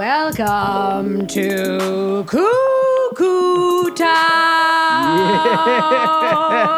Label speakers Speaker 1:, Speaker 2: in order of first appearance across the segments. Speaker 1: Welcome to Cuckoo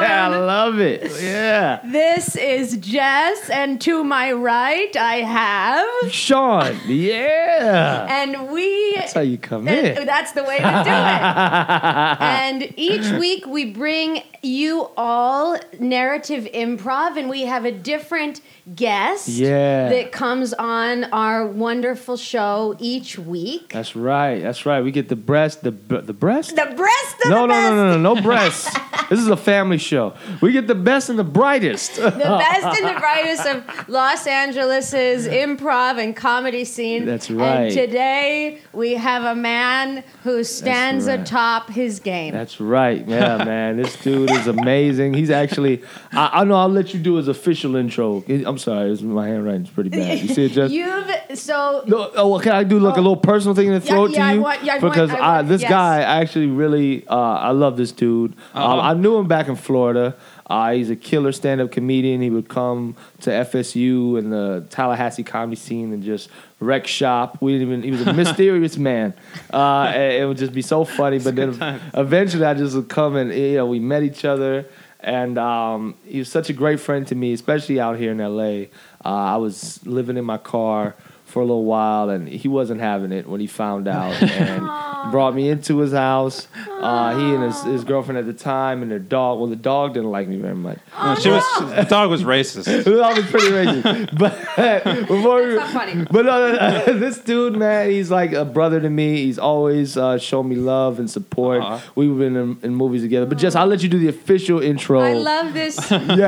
Speaker 2: I
Speaker 1: Town.
Speaker 2: love it. Yeah.
Speaker 1: This is Jess, and to my right, I have,
Speaker 2: Sean. Yeah.
Speaker 1: and we.
Speaker 2: That's how you come
Speaker 1: That-
Speaker 2: in.
Speaker 1: that's the way to do it. and each week we bring you all narrative improv, and we have a different guest
Speaker 2: Yeah.
Speaker 1: that comes on our wonderful show each week.
Speaker 2: That's right. That's right. We get the breast, the b- the breast.
Speaker 1: The breast of
Speaker 2: No,
Speaker 1: the
Speaker 2: no,
Speaker 1: best,
Speaker 2: no, no, no, no breasts. this is a family show. We get the best and the brightest.
Speaker 1: the best and the brightest of Los Angeles's improv and comedy scene.
Speaker 2: That's right.
Speaker 1: And today we have a man who stands
Speaker 2: right.
Speaker 1: atop his game.
Speaker 2: That's right. Yeah, man. This dude is amazing. He's actually. I, I know. I'll let you do his official intro. I'm sorry. This, my handwriting's pretty bad. You see it, Jess?
Speaker 1: You've so
Speaker 2: No, oh, can I do like a little personal thing and
Speaker 1: Yeah,
Speaker 2: throw it
Speaker 1: yeah, I
Speaker 2: to you?
Speaker 1: want- yeah, I want-
Speaker 2: because
Speaker 1: I want-
Speaker 2: this
Speaker 1: yes.
Speaker 2: guy actually really, uh, I love this dude. Um, I knew him back in Florida. Uh, he's a killer stand-up comedian. He would come to FSU and the Tallahassee comedy scene and just wreck shop. We didn't even. He was a mysterious man. Uh, and it would just be so funny. But then eventually, I just would come and you know we met each other. And um, he was such a great friend to me, especially out here in LA. Uh, I was living in my car for a little while, and he wasn't having it when he found out, and brought me into his house. Uh, he and his, his girlfriend at the time, and their dog. Well, the dog didn't like me very much.
Speaker 3: No, Oh, she was the dog was racist.
Speaker 2: I was pretty racist, but before we,
Speaker 1: not funny.
Speaker 2: but no, no, no. this dude, man, he's like a brother to me. He's always uh, shown me love and support.
Speaker 3: Aw.
Speaker 1: Uh-huh.
Speaker 2: We've been in, in movies together. But Jess, I'll let you do the official intro.
Speaker 1: I love this.
Speaker 2: yeah, yeah,
Speaker 1: I love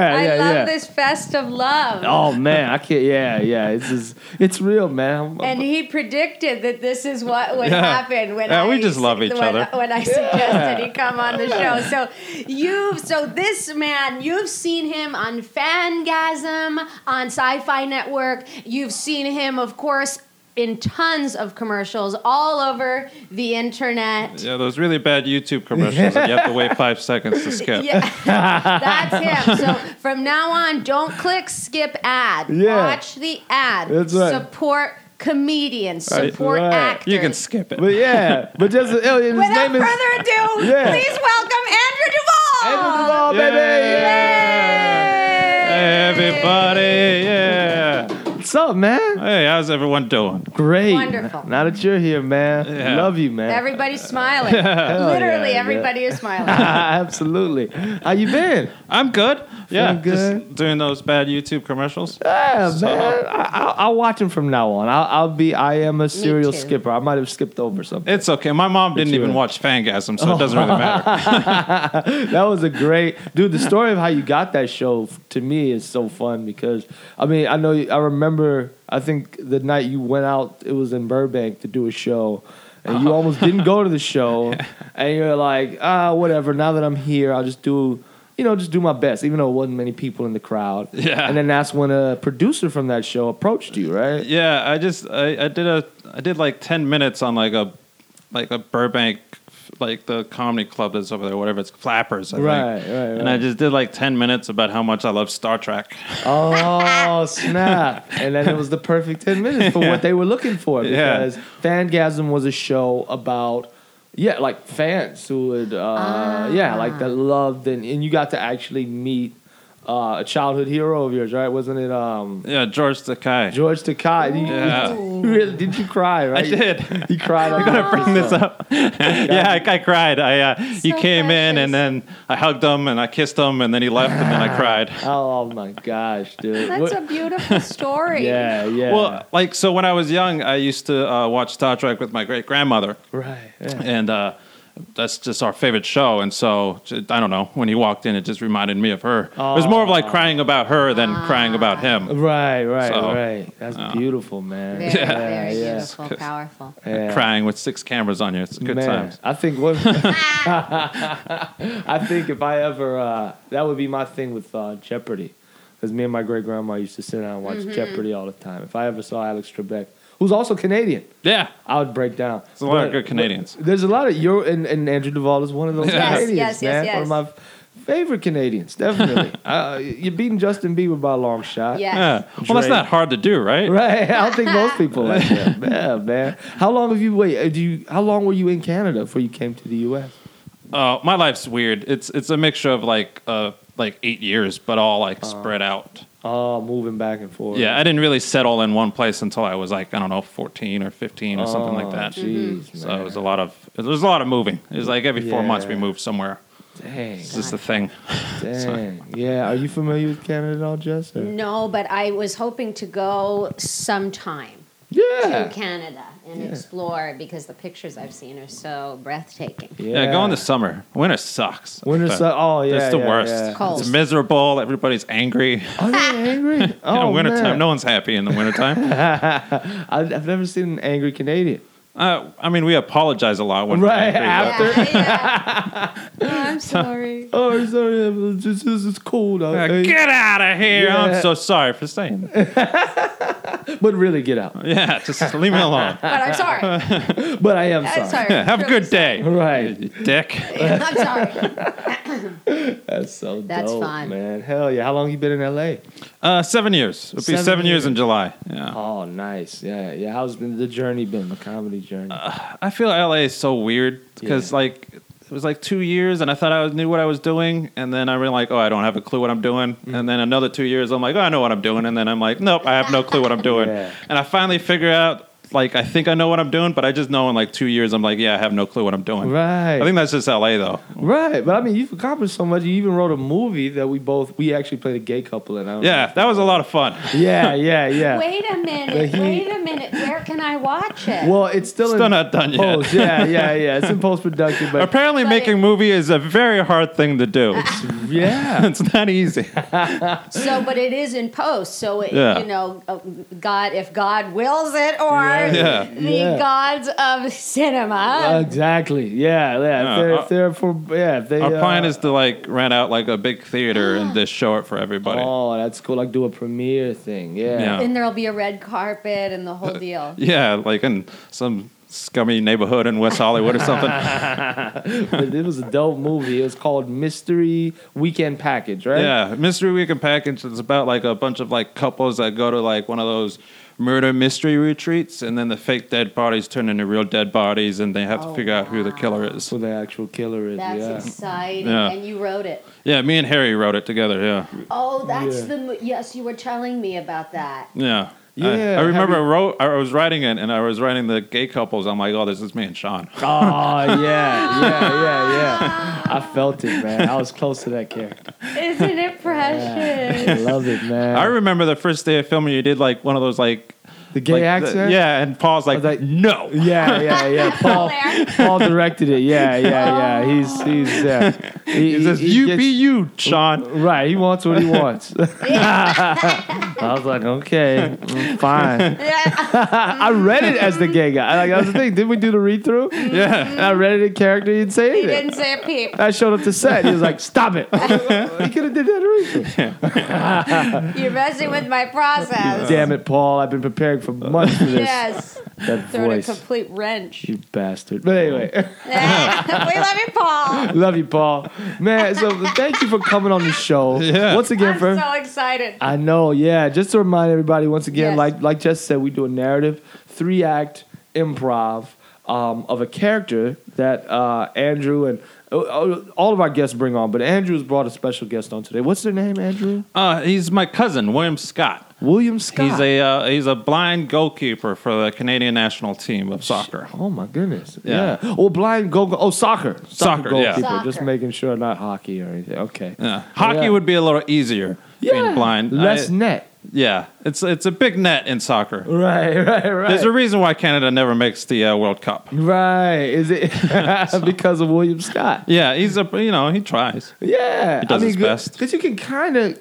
Speaker 2: yeah.
Speaker 1: this fest of love.
Speaker 2: Oh man, I can't. Yeah, yeah. It's just, it's real, man. I'm- I'm-
Speaker 1: And he predicted that this is what would
Speaker 3: Yeah.
Speaker 1: happen when
Speaker 3: Yeah,
Speaker 1: I
Speaker 3: we just love each
Speaker 1: when-
Speaker 3: other.
Speaker 1: When I suggested he come on the show, so you, so this man, you've seen him on Fangasm on Sci-Fi Network. You've seen him, of course, in tons of commercials all over the internet.
Speaker 3: Yeah, those really bad YouTube commercials that you have to wait five seconds to skip.
Speaker 1: Yeah, that's him. So from now on, don't click skip ad.
Speaker 2: Yeah.
Speaker 1: Watch the ad.
Speaker 2: That's right.
Speaker 1: Support comedians.
Speaker 2: Right.
Speaker 1: Support
Speaker 2: Right.
Speaker 1: actors.
Speaker 3: You can skip it.
Speaker 2: But yeah, but just oh, his
Speaker 1: Without
Speaker 2: name is
Speaker 1: further ado,
Speaker 2: Yeah.
Speaker 1: please welcome Andrew Duvall.
Speaker 2: Andrew Duvall, baby.
Speaker 3: Yeah. Everybody, yeah.
Speaker 2: What's up, man?
Speaker 3: Hey, how's everyone doing?
Speaker 2: Great.
Speaker 1: Wonderful.
Speaker 2: Now that you're here, man.
Speaker 3: Yeah.
Speaker 2: Love you, man.
Speaker 1: Everybody's smiling.
Speaker 2: Hell
Speaker 1: Literally,
Speaker 2: yeah,
Speaker 1: everybody is
Speaker 2: yeah.
Speaker 1: smiling.
Speaker 2: Absolutely. How you been?
Speaker 3: I'm good. Yeah,
Speaker 2: Feeling good?
Speaker 3: just doing those bad YouTube commercials.
Speaker 2: Yeah, man. I, I'll, I'll watch him from now on. I'll, I'll be. I am a serial
Speaker 1: too.
Speaker 2: skipper. I might have skipped over something.
Speaker 3: It's okay. My mom didn't
Speaker 2: It's
Speaker 3: even
Speaker 2: really-
Speaker 3: watch Fangasm, so it doesn't
Speaker 2: Oh.
Speaker 3: really matter.
Speaker 2: that was a great dude. The story of how you got that show f- to me is so fun because I mean I know you- I remember I think the night you went out it was in Burbank to do a show and
Speaker 3: Oh.
Speaker 2: you almost didn't go to the show and you're like ah whatever now that I'm here I'll just do you know just do my best even though it wasn't many people in the crowd
Speaker 3: Yeah.
Speaker 2: and then that's when a producer from that show approached you right
Speaker 3: Yeah, I just I, I did a I did like ten minutes on like a like a Burbank like the comedy club that's over there, whatever it's Flappers, I
Speaker 2: Right,
Speaker 3: think.
Speaker 2: right,
Speaker 3: And I
Speaker 2: right.
Speaker 3: just did like ten minutes about how much I love Star Trek.
Speaker 2: Oh snap! And then it was the perfect ten minutes for what they were looking for
Speaker 3: Yeah.
Speaker 2: because Fangasm was a show about yeah, like fans who would uh, yeah, like
Speaker 3: Ah.
Speaker 2: that loved and and you got to actually meet uh, a childhood hero of yours, right? Wasn't it um,
Speaker 3: Yeah, George Takei.
Speaker 2: George Takei? You-
Speaker 3: Yeah.
Speaker 2: you really, did you cry? Right?
Speaker 3: I did.
Speaker 2: You cried. on
Speaker 3: Gotta bring this up. yeah, I, I cried. I uh, he
Speaker 1: So
Speaker 3: came in
Speaker 1: precious.
Speaker 3: and then I hugged him and I kissed him and then he left and then I cried.
Speaker 2: Oh my gosh, dude!
Speaker 1: That's
Speaker 2: What-
Speaker 1: a beautiful story.
Speaker 2: yeah, yeah.
Speaker 3: Well, like so when I was young, I used to uh, watch Star Trek with my great grandmother,
Speaker 2: right. yeah.
Speaker 3: and uh, that's just our favorite show. And so j- I don't know when he walked in, it just reminded me of her. It was more of like crying about her than crying about
Speaker 2: Ah.
Speaker 3: him.
Speaker 2: Right, right,
Speaker 3: So, uh,
Speaker 2: right. That's beautiful, man.
Speaker 1: Very,
Speaker 3: Yeah.
Speaker 1: very
Speaker 2: Yeah, yeah.
Speaker 1: beautiful, powerful.
Speaker 2: Yeah.
Speaker 3: Crying with six cameras on you, it's good
Speaker 2: Man,
Speaker 3: times.
Speaker 2: I think what I think if I ever uh, that would be my thing with uh, Jeopardy, because me and my great grandma used to sit down and watch
Speaker 3: Mm-hmm.
Speaker 2: Jeopardy all the time. If I ever saw Alex Trebek, who's also Canadian,
Speaker 3: Yeah,
Speaker 2: I would break down.
Speaker 3: there's a lot
Speaker 2: But-
Speaker 3: of good Canadians.
Speaker 2: There's a lot of you and, and Andrew Duvall is one of those
Speaker 3: Yes,
Speaker 2: Canadians,
Speaker 1: yes, yes,
Speaker 2: man.
Speaker 1: yes.
Speaker 2: One of my Favorite Canadians, definitely. uh, you're beating Justin Bieber by a long shot.
Speaker 1: Yes.
Speaker 3: Yeah. Well, that's
Speaker 2: Drake.
Speaker 3: not hard to do, right?
Speaker 2: Right, I don't think most people like that. Yeah, man. How long have you wait? uh, Do you? How long were you in Canada before you came to the U.S.?
Speaker 3: Uh, my life's weird. It's it's a mixture of like uh like eight years, but all like spread out.
Speaker 2: Oh, moving back and forth.
Speaker 3: Yeah, I didn't really settle in one place until I was like I don't know, fourteen or fifteen or something like
Speaker 2: Oh,
Speaker 3: that.
Speaker 2: Jeez,
Speaker 3: So
Speaker 2: man.
Speaker 3: it was a lot of it was a lot of moving. It was like every four
Speaker 2: Yeah.
Speaker 3: months we moved somewhere.
Speaker 2: dang,
Speaker 3: It's just the thing.
Speaker 2: dang. Yeah, are you familiar with Canada at all, Jess? or-
Speaker 1: No, but I was hoping to go sometime to
Speaker 2: Yeah.
Speaker 1: Canada and
Speaker 2: Yeah.
Speaker 1: explore because the pictures I've seen are so breathtaking.
Speaker 3: Yeah. go in the summer. Winter sucks.
Speaker 2: Winter
Speaker 3: But
Speaker 2: su- oh, yeah,
Speaker 3: it's the
Speaker 2: yeah,
Speaker 3: worst.
Speaker 2: yeah.
Speaker 1: Cold.
Speaker 3: It's miserable. Everybody's angry.
Speaker 2: Are they angry? Oh,
Speaker 3: in wintertime,
Speaker 2: man.
Speaker 3: no one's happy in the wintertime.
Speaker 2: I've, I've never seen an angry Canadian.
Speaker 3: uh, I mean, we apologize a lot when
Speaker 2: Right,
Speaker 3: we're angry. but-
Speaker 2: after-
Speaker 1: yeah. Oh, I'm sorry.
Speaker 2: Oh, I'm sorry, I'm just, this is cold. out.
Speaker 3: Uh,
Speaker 2: Hey,
Speaker 3: Get out of here!
Speaker 2: Yeah.
Speaker 3: I'm so sorry for saying. that.
Speaker 2: but really, get out.
Speaker 3: Yeah, just leave me alone.
Speaker 1: But I'm sorry.
Speaker 2: But I am
Speaker 1: I'm
Speaker 2: sorry.
Speaker 1: sorry.
Speaker 3: Yeah, have a
Speaker 1: Really
Speaker 3: good day,
Speaker 2: Right.
Speaker 3: Dick.
Speaker 1: I'm sorry.
Speaker 2: That's so
Speaker 1: That's
Speaker 2: dope,
Speaker 1: fun.
Speaker 2: man. Hell yeah. How long you been in L.A.?
Speaker 3: Uh, seven years. It'll be
Speaker 2: Seven
Speaker 3: seven, years. in
Speaker 2: years.
Speaker 3: July. Yeah.
Speaker 2: Oh, nice. Yeah, yeah. How's been the journey been? The comedy journey.
Speaker 3: I feel LA is so weird because
Speaker 2: Yeah.
Speaker 3: like it was like two years, and I thought I was- knew what I was doing, and then I realized, oh, I don't have a clue what I'm doing.
Speaker 2: Mm-hmm.
Speaker 3: And then another two years, I'm like, oh, I know what I'm doing, and then I'm like, nope, I have no clue what I'm doing.
Speaker 2: Yeah.
Speaker 3: And I finally figure out. Like I think I know what I'm doing, but I just know in like two years I'm like, yeah, I have no clue what I'm doing.
Speaker 2: Right.
Speaker 3: I think that's just LA though.
Speaker 2: right. But I mean, you've accomplished so much. You even wrote a movie that we both we actually played a gay couple in. I don't
Speaker 3: Yeah, that was a lot of fun.
Speaker 2: know. Yeah. Yeah. Yeah.
Speaker 1: Wait a
Speaker 2: But
Speaker 1: minute.
Speaker 2: he-
Speaker 1: wait a minute. Where can I watch it?
Speaker 2: Well, it's still,
Speaker 3: Still
Speaker 2: in
Speaker 3: not done yet.
Speaker 2: post. Yeah. Yeah. Yeah. It's in post production, but
Speaker 3: Apparently,
Speaker 1: But
Speaker 3: making
Speaker 1: it-
Speaker 3: movie is a very hard thing to do.
Speaker 2: yeah.
Speaker 3: it's not easy.
Speaker 1: so, but it is in post. So, it,
Speaker 3: Yeah.
Speaker 1: you know, uh, God, if God wills it, or
Speaker 3: Yeah.
Speaker 1: the
Speaker 2: Yeah.
Speaker 1: gods of
Speaker 2: Uh,
Speaker 1: cinema.
Speaker 2: exactly. Yeah. Yeah.
Speaker 3: Yeah,
Speaker 2: if they're,
Speaker 3: uh,
Speaker 2: if they're for yeah. If they,
Speaker 3: Our
Speaker 2: uh,
Speaker 3: plan is to like rent out like a big theater and just show it for everybody.
Speaker 2: Oh, that's cool. Like do a premiere thing. Yeah.
Speaker 3: Yeah.
Speaker 1: and there'll be a red carpet and the whole deal.
Speaker 3: Yeah, like in some scummy neighborhood in West Hollywood or something.
Speaker 2: But it was a dope movie. It was called Mystery Weekend Package, right?
Speaker 3: yeah, mystery weekend package. It's about like a bunch of like couples that go to like one of those murder mystery retreats, and then the fake dead bodies turn into real dead bodies, and they have
Speaker 1: Oh,
Speaker 3: to figure out who the killer is.
Speaker 2: So the actual killer is.
Speaker 1: That's
Speaker 2: yeah.
Speaker 1: exciting.
Speaker 3: Yeah.
Speaker 1: And you wrote it.
Speaker 3: Yeah, me and Harry wrote it together. Yeah,
Speaker 1: Oh, that's
Speaker 2: Yeah.
Speaker 1: the mo- yes. You were telling me about that.
Speaker 3: yeah.
Speaker 2: Yeah,
Speaker 3: I, I
Speaker 2: have
Speaker 3: remember
Speaker 2: you-
Speaker 3: I wrote. I was writing it, and I was writing the gay couples. I'm like, oh, this is me and Sean.
Speaker 2: Oh yeah, yeah, yeah, yeah. I felt it, man. I was close to that character.
Speaker 1: Isn't it precious?
Speaker 2: I love it, man.
Speaker 3: I remember the first day of filming, you did like one of those like
Speaker 2: the gay
Speaker 3: like, the-
Speaker 2: accent. Oh,
Speaker 3: yeah, and Paul's like,
Speaker 2: was like-
Speaker 3: no.
Speaker 2: yeah, yeah, yeah. Paul,
Speaker 1: Blair.
Speaker 2: Paul directed it. Yeah, yeah, yeah. He's he's yeah. He,
Speaker 3: He says,
Speaker 2: he- he
Speaker 3: you
Speaker 2: gets-
Speaker 3: be you, Sean.
Speaker 2: Right, he wants what he wants. I was like, okay, mm, fine.
Speaker 1: Yeah.
Speaker 2: I read it as the gay guy. Like, that's the thing. Didn't we do the read through?
Speaker 3: Yeah.
Speaker 2: I read it in character. He didn't say
Speaker 1: he
Speaker 2: anything.
Speaker 1: didn't say a peep.
Speaker 2: I showed up to set. He was like, "Stop it!" he could have did that already.
Speaker 1: You're messing with my process.
Speaker 2: Damn it, Paul! I've been preparing for months for this.
Speaker 1: Yes.
Speaker 2: That
Speaker 1: Thrown a
Speaker 2: voice,
Speaker 1: complete wrench.
Speaker 2: you bastard. But anyway,
Speaker 1: we love you, Paul.
Speaker 2: love you, Paul. Man, so thank you for coming on the show.
Speaker 3: Yeah.
Speaker 2: Once again,
Speaker 1: I'm
Speaker 2: for
Speaker 1: so excited.
Speaker 2: I know, yeah. Just to remind everybody, once again,
Speaker 1: Yes.
Speaker 2: like like Jess said, we do a narrative, three act improv um, of a character that uh, Andrew and uh, uh, all of our guests bring on. But Andrew's brought a special guest on today. What's their name, Andrew?
Speaker 3: Uh, he's my cousin, William Scott.
Speaker 2: William Oh. Scott.
Speaker 3: He's a uh, he's a blind goalkeeper for the Canadian national team of soccer.
Speaker 2: Oh my goodness! Yeah.
Speaker 3: Yeah.
Speaker 2: Oh, blind go. Oh, soccer. Soccer.
Speaker 3: Soccer, yeah.
Speaker 2: goalkeeper. Just
Speaker 1: Soccer.
Speaker 2: making sure not hockey or anything. Okay.
Speaker 3: Yeah. Hockey
Speaker 2: Oh, Yeah.
Speaker 3: would be a little easier being blind.
Speaker 2: Less
Speaker 3: I-
Speaker 2: net.
Speaker 3: yeah, it's it's a big net in soccer.
Speaker 2: Right. Right. Right.
Speaker 3: There's a reason why Canada never makes the uh, World Cup.
Speaker 2: right. Is it because of William Scott?
Speaker 3: Yeah, he's a you know he tries.
Speaker 2: Yeah.
Speaker 3: He does his
Speaker 2: good-
Speaker 3: best.
Speaker 2: Cause you can kind of.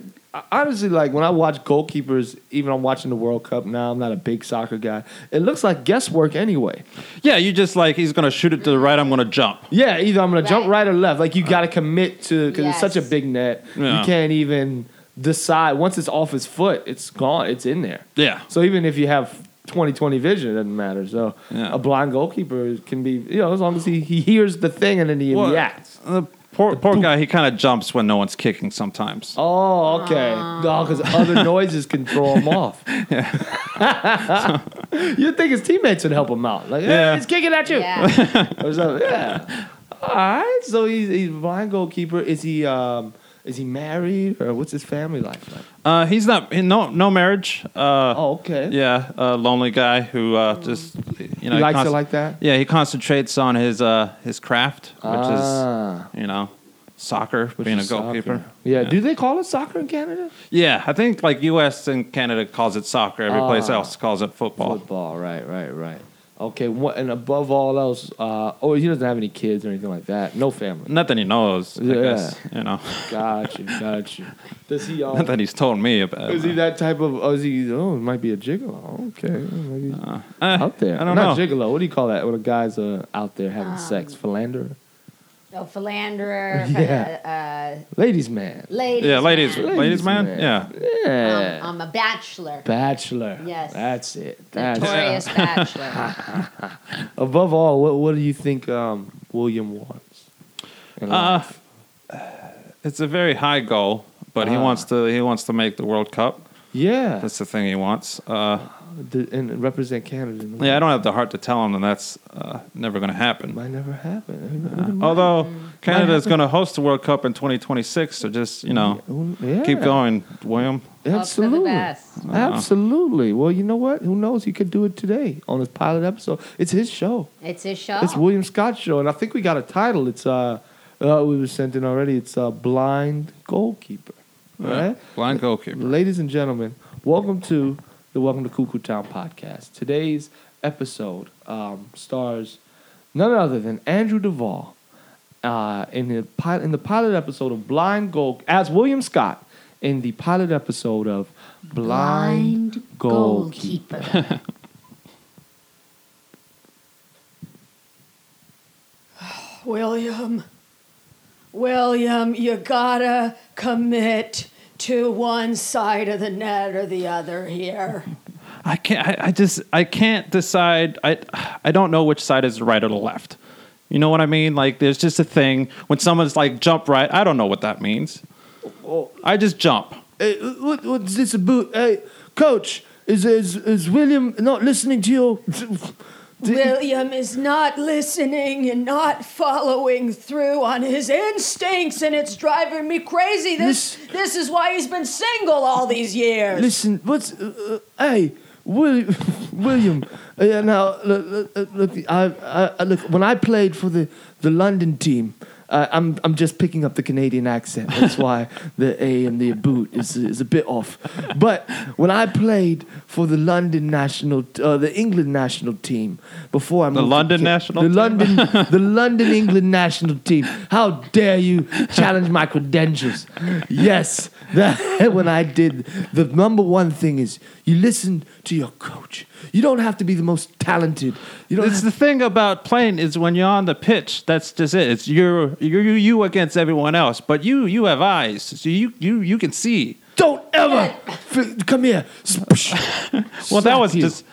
Speaker 2: Honestly, like when I watch goalkeepers, even I'm watching the World Cup now. I'm not a big soccer guy. It looks like guesswork anyway.
Speaker 3: Yeah, you just like he's gonna shoot it to the right. I'm gonna jump.
Speaker 2: Yeah, either I'm gonna jump
Speaker 1: Right.
Speaker 2: right or left. Like you gotta commit to because it's such a
Speaker 1: Yes.
Speaker 2: big net.
Speaker 3: Yeah.
Speaker 2: You can't even decide once it's off his foot. It's gone. It's in there.
Speaker 3: Yeah,
Speaker 2: So even if you have 20-20 vision, it doesn't matter. So
Speaker 3: Yeah.
Speaker 2: a blind goalkeeper can be you know as long as he, he hears the thing and then he
Speaker 3: Well,
Speaker 2: reacts.
Speaker 3: The Uh, Poor, poor guy, he kind of jumps when no one's kicking sometimes.
Speaker 2: Oh, okay.
Speaker 1: Ah.
Speaker 2: No, because other noises can throw him off. You'd think his teammates would help him out. Like, hey,
Speaker 3: Yeah.
Speaker 2: he's kicking at you.
Speaker 1: Yeah.
Speaker 2: Or something. Yeah. All right. So he's, he's a blind goalkeeper. Is he um, is he married or what's his family life like?
Speaker 3: Uh, he's not, he- no, no marriage. Uh,
Speaker 2: Oh, okay.
Speaker 3: Yeah, a lonely guy who uh, just, you know,
Speaker 2: he likes
Speaker 3: const-
Speaker 2: it like that.
Speaker 3: Yeah, he concentrates on his uh, his craft, which
Speaker 2: Ah.
Speaker 3: is you know soccer,
Speaker 2: Which
Speaker 3: being a
Speaker 2: is soccer.
Speaker 3: goalkeeper.
Speaker 2: Yeah.
Speaker 3: Yeah.
Speaker 2: Do they call it soccer in Canada?
Speaker 3: Yeah, I think like U.S. and Canada calls it soccer. Every place
Speaker 2: Ah.
Speaker 3: else calls it football.
Speaker 2: Football. Right. Right. Right. Okay. What, and above all else, uh, oh, he doesn't have any kids or anything like that. No family.
Speaker 3: Nothing he knows,
Speaker 2: Yeah.
Speaker 3: I guess. You know,
Speaker 2: Got you, got you. Does he? Um,
Speaker 3: not that he's told me about.
Speaker 2: is he that type of? Oh, is he? Oh, it might be a gigolo. Okay, maybe he's
Speaker 3: Uh, eh,
Speaker 2: out there.
Speaker 3: I don't
Speaker 2: Not
Speaker 3: know.
Speaker 2: gigolo. What do you call that? When a guy's uh, out there
Speaker 1: Um,
Speaker 2: having sex, philanderer,
Speaker 1: Oh, philanderer.
Speaker 2: Yeah.
Speaker 1: Uh, uh,
Speaker 2: ladies' man.
Speaker 1: ladies.
Speaker 3: Yeah, ladies,
Speaker 1: man.
Speaker 2: Ladies'
Speaker 3: ladies man.
Speaker 2: man.
Speaker 3: Yeah,
Speaker 2: Yeah,
Speaker 1: Um, I'm a bachelor.
Speaker 2: bachelor.
Speaker 1: Yes.
Speaker 2: that's it. That's it. Ah.
Speaker 1: Notorious bachelor.
Speaker 2: Above all, what what do you think um, William wants? in
Speaker 3: Uh,
Speaker 2: life?
Speaker 3: it's a very high goal, but he
Speaker 2: Ah.
Speaker 3: wants to he wants to make the World Cup.
Speaker 2: yeah,
Speaker 3: That's the thing he wants. Uh,
Speaker 2: to- and represent Canada. In the
Speaker 3: yeah, I
Speaker 2: world.
Speaker 3: don't have the heart to tell him that that's uh, never going to happen.
Speaker 2: Might never happen.
Speaker 3: Uh-huh. Although Canada is going to host the World Cup in 2026, so just you know,
Speaker 2: yeah.
Speaker 3: keep going, Uh-huh. William.
Speaker 1: Hope for the
Speaker 2: Absolutely.
Speaker 1: best.
Speaker 2: Absolutely. Well, you know what? Who knows? He could do it today on his pilot episode. It's his show.
Speaker 1: It's his show.
Speaker 2: It's William Scott's show, and I think we got a title. It's uh, uh we were sent in already. It's uh, blind goalkeeper. All right,
Speaker 3: Blind goalkeeper.
Speaker 2: ladies and gentlemen, welcome to the Welcome to Cuckoo Town podcast. Today's episode um, stars none other than Andrew Duvall uh, in the pilot in the pilot episode of Blind Goal as William Scott in the pilot episode of Blind, Goalkeeper.
Speaker 1: William, William, you gotta commit to one side of the net or the other here.
Speaker 3: I can't. I, I just. I can't decide. I. I don't know which side is the right or the left. You know what I mean? Like, there's just a thing when someone's like jump right. I don't know what that means. I just jump.
Speaker 2: Hey, what, what's this about? Hey, coach, is, is is William not listening to your?
Speaker 1: William is not listening and not following through on his instincts, and it's driving me crazy. This
Speaker 2: Miss-
Speaker 1: this is why he's been single all these years.
Speaker 2: Listen, what's uh, uh, hey, Will, William? Uh, yeah, now look, look, look, I, I, I- look. When I played for the, the London team, uh, I'm I'm just picking up the Canadian accent. That's why the A and the boot is is a bit off. But when I played for the London national, uh, the England national team, before I moved to
Speaker 3: London
Speaker 2: Ca-
Speaker 3: national
Speaker 2: the
Speaker 3: team?
Speaker 2: London the London England national team. How dare you challenge my credentials? Yes, that when I did the number one thing is you listen to your coach. You don't have to be the most talented. You don't.
Speaker 3: It's
Speaker 2: Have,
Speaker 3: the thing about playing is when you're on the pitch, that's just it. It's you, you, you, you against everyone else. But you, you have eyes, so you, you, you can see.
Speaker 2: don't ever f- come here.
Speaker 3: Well, that was
Speaker 2: you.
Speaker 3: just.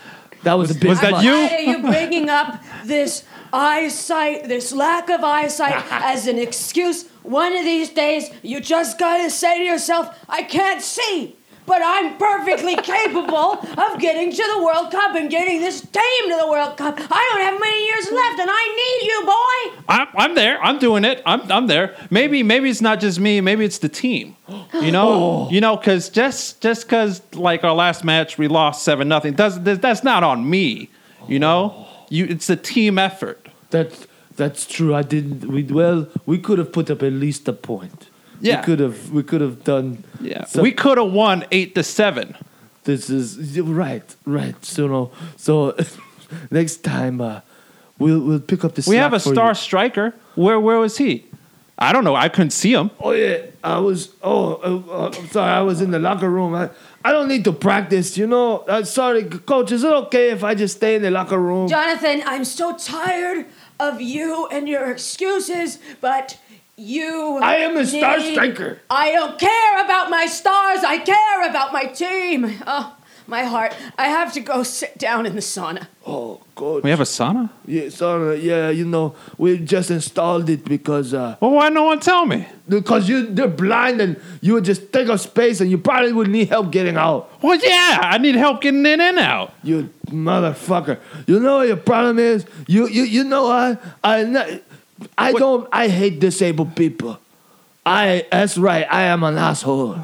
Speaker 2: That was a big.
Speaker 3: was that
Speaker 2: much.
Speaker 3: you?
Speaker 1: Why are you bringing up this eyesight, this lack of eyesight, as an excuse? One of these days, you just gotta say to yourself, I can't see, but I'm perfectly capable of getting to the World Cup and getting this team to the World Cup. I don't have many years left, and I need you, boy.
Speaker 3: I'm, I'm there. I'm doing it. I'm, I'm there. Maybe maybe it's not just me. Maybe it's the team. You know,
Speaker 2: Oh.
Speaker 3: you know, because just just because like our last match we lost seven nothing. Doesn't that- that's not on me. You know,
Speaker 2: Oh.
Speaker 3: you it's a team effort.
Speaker 2: That's that's true. I didn't. We well, we could have put up at least a point.
Speaker 3: Yeah.
Speaker 2: We could have. We could have done.
Speaker 3: Yeah,
Speaker 2: some-
Speaker 3: we could have won eight to seven.
Speaker 2: This is you're right, right. So no, so next time uh, we'll we'll pick up the.
Speaker 3: We
Speaker 2: slack
Speaker 3: have a
Speaker 2: for you.
Speaker 3: star striker. Where where was he? I don't know. I couldn't see him.
Speaker 2: Oh yeah, I was. Oh, uh, uh, I'm sorry. I was in the locker room. I, I don't need to practice. You know. Uh, sorry, coach. Is it okay if I just stay in the locker room?
Speaker 1: Jonathan, I'm so tired of you and your excuses, but. You.
Speaker 2: I am a star
Speaker 1: need-
Speaker 2: striker.
Speaker 1: I don't care about my stars. I care about my team. Oh, my heart. I have to go sit down in the sauna.
Speaker 2: Oh God.
Speaker 3: We have a sauna?
Speaker 2: yeah, sorry. Yeah, you know, we just installed it because uh,
Speaker 3: Well, why no one tell me?
Speaker 2: because you they're blind and you would just take up space and you probably would need help getting out.
Speaker 3: Well, yeah, I need help getting in and out.
Speaker 2: You motherfucker. You know what your problem is? You you you know I I not, I don't I hate disabled people. I that's right, I am an asshole.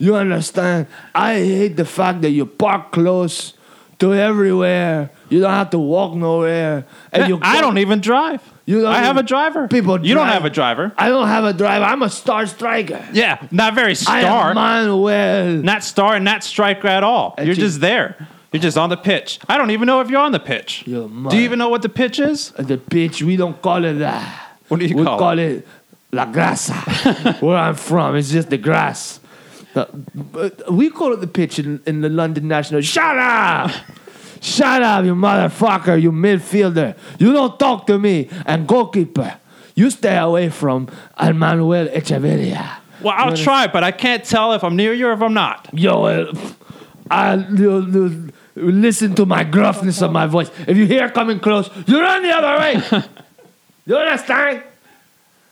Speaker 2: you understand? I hate the fact that you park close to everywhere. You don't have to walk nowhere. And you
Speaker 3: I don't even drive.
Speaker 2: You don't
Speaker 3: I have
Speaker 2: even-
Speaker 3: a driver.
Speaker 2: people
Speaker 3: you don't
Speaker 2: drive-
Speaker 3: have a driver.
Speaker 2: I don't have a driver. I'm a star striker.
Speaker 3: Yeah, not very
Speaker 2: I am
Speaker 3: star.
Speaker 2: mine well.
Speaker 3: not star and not striker at all.
Speaker 2: And
Speaker 3: You're
Speaker 2: you-
Speaker 3: just there. You're just on the pitch. I don't even know if you're on the pitch.
Speaker 2: You're
Speaker 3: Do
Speaker 2: mine.
Speaker 3: you even know what the pitch is?
Speaker 2: the bitch, we don't call it that.
Speaker 3: What do you
Speaker 2: we
Speaker 3: call it?
Speaker 2: it? La grasa. Where I'm from, it's just the grass. Uh, but we call it the pitch in, in the London National. Shut up! Shut up, you motherfucker, you midfielder. You don't talk to me. And goalkeeper, you stay away from Emmanuel Echeverria.
Speaker 3: Well, I'll try, but I can't tell if I'm near you or if I'm not.
Speaker 2: Yo, uh, pff, I, you- you- listen to my gruffness of my voice. If you hear coming close, you run the other way. you understand?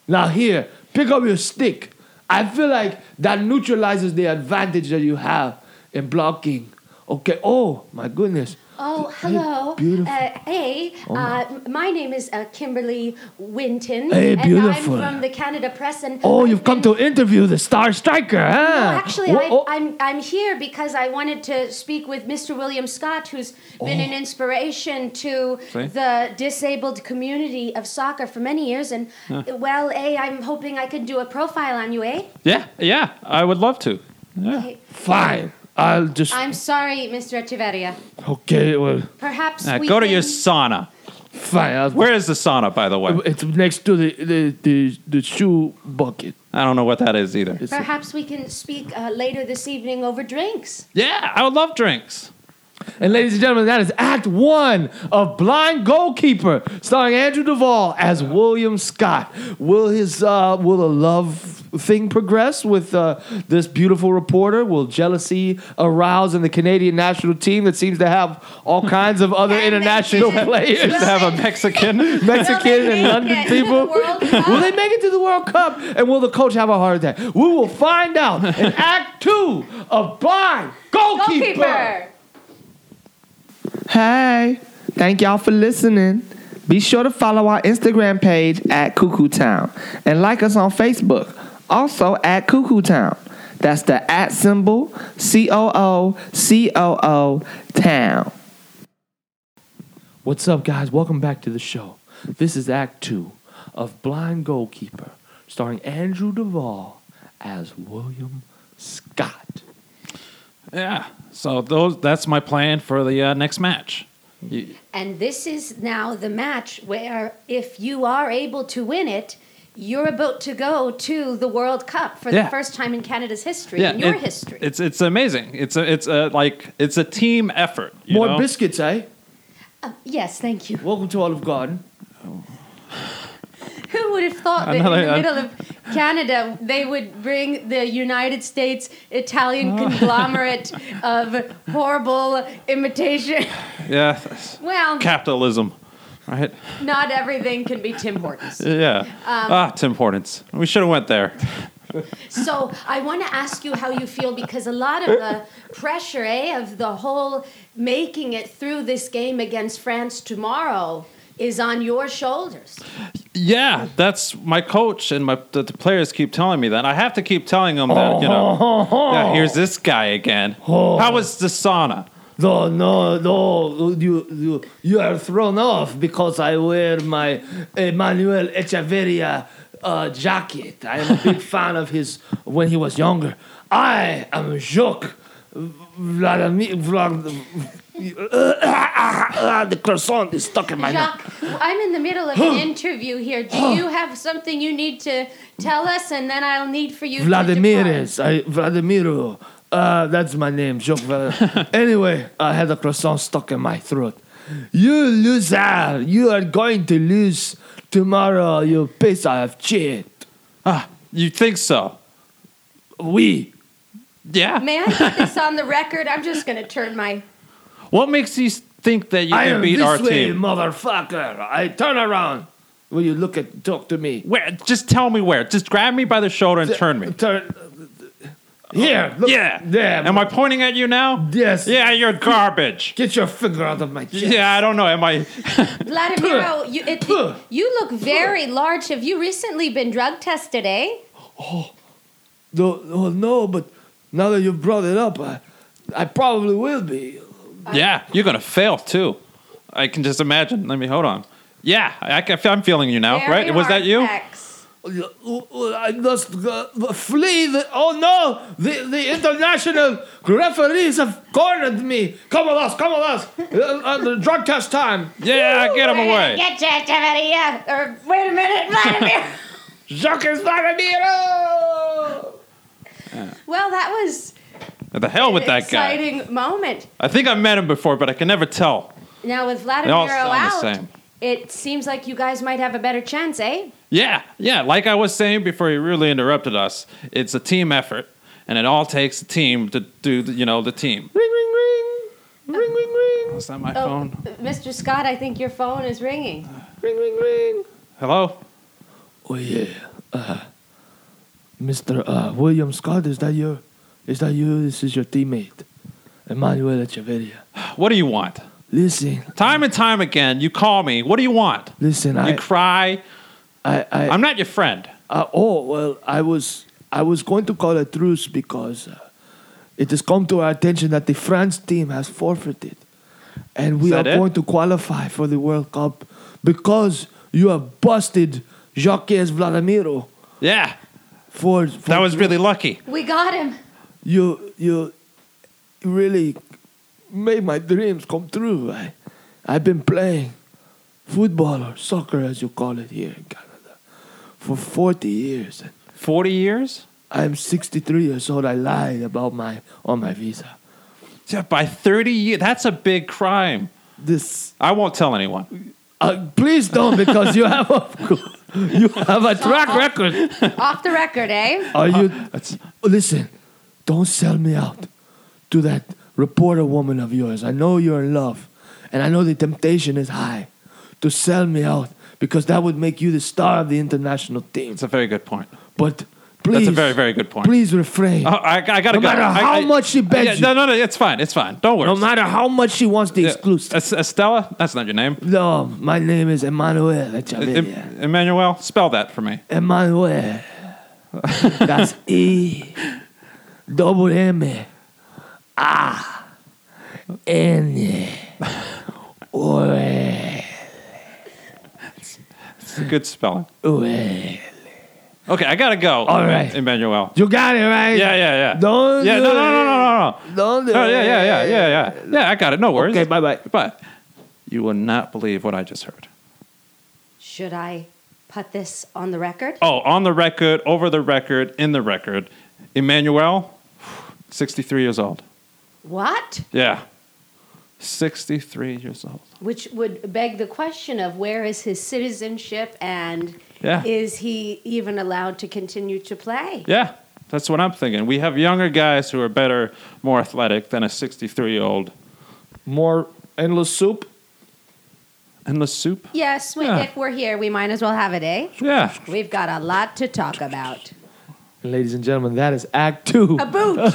Speaker 2: Now here, pick up your stick. I feel like that neutralizes the advantage that you have in blocking. Okay. Oh my goodness.
Speaker 1: Oh, hello.
Speaker 2: beautiful. Oh,
Speaker 1: Uh, hey, uh, my name is uh, Kimberly Winton.
Speaker 2: Hey,
Speaker 1: and
Speaker 2: beautiful.
Speaker 1: I'm from the Canada Press. And
Speaker 2: Oh,
Speaker 1: I've
Speaker 2: you've come
Speaker 1: been-
Speaker 2: to interview the star striker, huh?
Speaker 1: No, actually,
Speaker 2: Wha- oh,
Speaker 1: I, I'm I'm here because I wanted to speak with Mr. William Scott, who's been
Speaker 2: Oh.
Speaker 1: an inspiration to
Speaker 3: See?
Speaker 1: the disabled community of soccer for many years. And well, a I'm hoping I can do a profile on you, eh?
Speaker 3: Yeah, yeah, I would love to. Uh, Yeah.
Speaker 2: fine. I'll just
Speaker 1: I'm sorry, Mr. Echeverria.
Speaker 2: okay. Well,
Speaker 1: Perhaps
Speaker 2: Ah,
Speaker 3: Uh,
Speaker 1: we
Speaker 3: go to your
Speaker 1: can-
Speaker 3: sauna.
Speaker 2: fine. I'll,
Speaker 3: Where is the sauna, by the way?
Speaker 2: It's next to the the, the, the shoe bucket.
Speaker 3: I don't know what that is either.
Speaker 2: It's-
Speaker 1: Perhaps we can speak uh, later this evening over drinks.
Speaker 3: Yeah, I would love drinks.
Speaker 2: And ladies and gentlemen, that is Act One of Blind Goalkeeper, starring Andrew Duvall as William Scott. Will his uh, will the love thing progress with uh, this beautiful reporter? Will jealousy arouse in the Canadian national team that seems to have all kinds of other
Speaker 1: And they
Speaker 2: international
Speaker 1: did.
Speaker 2: players?
Speaker 1: Well,
Speaker 3: To have a Mexican.
Speaker 2: Mexican
Speaker 1: Will they
Speaker 2: and
Speaker 1: make
Speaker 2: London
Speaker 1: it to
Speaker 2: people.
Speaker 1: the World Cup?
Speaker 2: will they make it to the World Cup? And will the coach have a heart attack? We will find out in Act Two of Blind Goalkeeper.
Speaker 1: Goalkeeper.
Speaker 4: Hey, thank y'all for listening. Be sure to follow our Instagram page at Cuckoo Town and like us on Facebook, also at Cuckoo Town. That's the at symbol C O O C O O Town.
Speaker 2: What's up, guys? Welcome back to the show. This is Act Two of Blind Goalkeeper, starring Andrew Duvall as William Scott.
Speaker 3: yeah. So those that's my plan for the uh, next match. You-
Speaker 1: And this is now the match where, if you are able to win it, you're about to go to the World Cup for
Speaker 3: Yeah.
Speaker 1: the first time in Canada's history, in your
Speaker 3: it-
Speaker 1: history.
Speaker 3: It's it's amazing. It's a it's a like it's a team effort. you
Speaker 2: More
Speaker 3: know?
Speaker 2: biscuits, eh?
Speaker 1: Uh, yes, thank you.
Speaker 2: Welcome to Olive Garden.
Speaker 1: Who would have thought that
Speaker 3: Another-
Speaker 1: in the
Speaker 3: uh,
Speaker 1: middle of Canada they would bring the United States
Speaker 3: Oh.
Speaker 1: Italian conglomerate of horrible imitation?
Speaker 3: Yeah.
Speaker 1: Well,
Speaker 3: Capitalism. Right.
Speaker 1: not everything can be Tim Hortons.
Speaker 3: Yeah. ah, Tim Hortons. We should have went there.
Speaker 1: So I want to ask you how you feel because a lot of the pressure, eh, of the whole making it through this game against France tomorrow is on your shoulders.
Speaker 3: Yeah, that's my coach and my the, the players keep telling me that. I have to keep telling them that. You know. Yeah, here's this guy again. How was the sauna?
Speaker 2: No, no, no, you, you, you are thrown off because I wear my Emmanuel Echeverria uh, jacket. I am a big fan of his when he was younger. I am Jacques Vladimir. Vlad, the croissant is stuck in my mouth.
Speaker 1: Jacques, I'm in the middle of an interview here. Do you have something you need to tell us, and then I'll need for you
Speaker 2: Vladimir
Speaker 1: to
Speaker 2: is. I, Vladimiro. Uh, that's my name, Jacques Vladimir. anyway, I had a croissant stuck in my throat. You loser! You are going to lose tomorrow, you piece of shit.
Speaker 3: Ah, you think so?
Speaker 2: We.
Speaker 3: Yeah.
Speaker 1: May I get this on the record? I'm just going to turn my.
Speaker 3: What makes you think that you
Speaker 2: I
Speaker 3: can
Speaker 2: am
Speaker 3: beat
Speaker 2: this
Speaker 3: our
Speaker 2: way,
Speaker 3: team?
Speaker 2: motherfucker. I turn around. Will you look at talk to me?
Speaker 3: Where? Just tell me where. Just grab me by the shoulder and turn me.
Speaker 2: Turn. Here. Look.
Speaker 3: Yeah.
Speaker 2: There.
Speaker 3: Am I pointing at you now?
Speaker 2: Yes.
Speaker 3: Yeah, you're garbage.
Speaker 2: Get your finger out of my chest.
Speaker 3: Yeah, I don't know. Am I?
Speaker 1: Vladimiro, oh, you, it,
Speaker 2: Huh.
Speaker 1: you look very large. Have you recently been drug tested, eh?
Speaker 2: No, oh, no, but now that you brought it up, I, I probably will be.
Speaker 3: Yeah, you're gonna fail too. I can just imagine. Let me hold on. Yeah, I, can, I'm feeling you now,
Speaker 1: Very
Speaker 3: right? Was that
Speaker 1: hard
Speaker 3: you?
Speaker 1: sex.
Speaker 2: I must uh, flee. The, oh no! The, the international referees have cornered me. Come with us, come with us. Uh, uh, the drug test time.
Speaker 3: Yeah, get him
Speaker 1: We're gonna
Speaker 3: away.
Speaker 1: Get you, Tamaria. Or wait a minute, Vladimir.
Speaker 2: Jacques Vladimiro!
Speaker 1: well, that was
Speaker 3: The hell with
Speaker 1: an
Speaker 3: that guy.
Speaker 1: exciting moment.
Speaker 3: I think I met him before, but I can never tell.
Speaker 1: Now with
Speaker 3: They all
Speaker 1: Vladimiro
Speaker 3: sound the
Speaker 1: out,
Speaker 3: same.
Speaker 1: it seems like you guys might have a better chance, eh?
Speaker 3: Yeah, yeah. Like I was saying before he really interrupted us, it's a team effort, and it all takes a team to do, the, you know, the team.
Speaker 2: Ring, ring, ring. Ring, ring, ring.
Speaker 3: Is that my
Speaker 1: Oh,
Speaker 3: phone?
Speaker 1: Mr. Scott, I think your phone is ringing.
Speaker 2: Ring, ring, ring.
Speaker 3: Hello?
Speaker 2: Oh yeah, uh, Mr. Uh, William Scott, is that you? Is that you? This is your teammate, Emmanuel Echeverria.
Speaker 3: What do you want?
Speaker 2: Listen,
Speaker 3: Time and time again, you call me. What do you want?
Speaker 2: listen, I,
Speaker 3: You cry.
Speaker 2: I, I,
Speaker 3: I'm not your friend.
Speaker 2: uh, oh well, I was, I was going to call a truce because uh, it has come to our attention that the France team has forfeited, and we
Speaker 3: Is
Speaker 2: are
Speaker 3: that it?
Speaker 2: going to qualify for the World Cup because you have busted Jacques Vladimiro
Speaker 3: Yeah,
Speaker 2: for, for
Speaker 3: that was really lucky.
Speaker 1: We got him.
Speaker 2: you you really made my dreams come true. I, I've been playing football or soccer, as you call it here in Canada, for 40 years. And
Speaker 3: 40 years?
Speaker 2: I'm 63 years old. I lied about my on my visa.
Speaker 3: Yeah, by 30 years. That's a big crime.
Speaker 2: This
Speaker 3: I won't tell anyone.
Speaker 2: uh, please don't, because you have a, you have a track record.
Speaker 1: Off the record, eh?
Speaker 2: Are you? Uh, listen, don't sell me out to that reporter woman of yours. I know you're in love, and I know the temptation is high to sell me out because that would make you the star of the international team.
Speaker 3: It's a very good point.
Speaker 2: But please,
Speaker 3: very, very good point.
Speaker 2: Please refrain.
Speaker 3: Oh, I, I gotta
Speaker 2: No
Speaker 3: go.
Speaker 2: matter
Speaker 3: I-
Speaker 2: how
Speaker 3: I-
Speaker 2: much she begs you.
Speaker 3: No, no, no. It's fine. It's fine. Don't worry.
Speaker 2: no matter how much she wants the
Speaker 3: Yeah.
Speaker 2: exclusive.
Speaker 3: Es- Estella? That's not your name.
Speaker 2: No, my name is Emmanuel
Speaker 3: Em-
Speaker 2: Echeverria.
Speaker 3: Emmanuel, spell that for me.
Speaker 2: Emmanuel. That's E double M A N O
Speaker 3: It's a good spelling.
Speaker 2: L.
Speaker 3: Okay, I gotta go.
Speaker 2: All right.
Speaker 3: Emmanuel.
Speaker 2: E. You got it right.
Speaker 3: Yeah, yeah, yeah.
Speaker 2: Don't
Speaker 3: Yeah,
Speaker 2: do
Speaker 3: no, no, no, no,
Speaker 2: it.
Speaker 3: no, no.
Speaker 2: Don't do
Speaker 3: Oh, yeah, yeah, yeah,
Speaker 2: it.
Speaker 3: yeah, yeah. Yeah, I got it. No worries.
Speaker 2: Okay, bye bye.
Speaker 3: But you will not believe what I just heard.
Speaker 1: Should I put this on the record?
Speaker 3: Oh, on the record, over the record, in the record. Emmanuel, 63 years old.
Speaker 1: What?
Speaker 3: Yeah. 63 years old.
Speaker 1: Which would beg the question of where is his citizenship and
Speaker 3: Yeah.
Speaker 1: is he even allowed to continue to play?
Speaker 3: Yeah, that's what I'm thinking. We have younger guys who are better, more athletic than a 63 year old.
Speaker 2: More endless soup.
Speaker 3: Endless soup?
Speaker 1: Yes, we,
Speaker 3: Yeah.
Speaker 1: if we're here, we might as well have it, eh?
Speaker 3: Yeah.
Speaker 1: We've got a lot to talk about.
Speaker 2: And ladies and gentlemen, that is Act Two.
Speaker 1: A boot!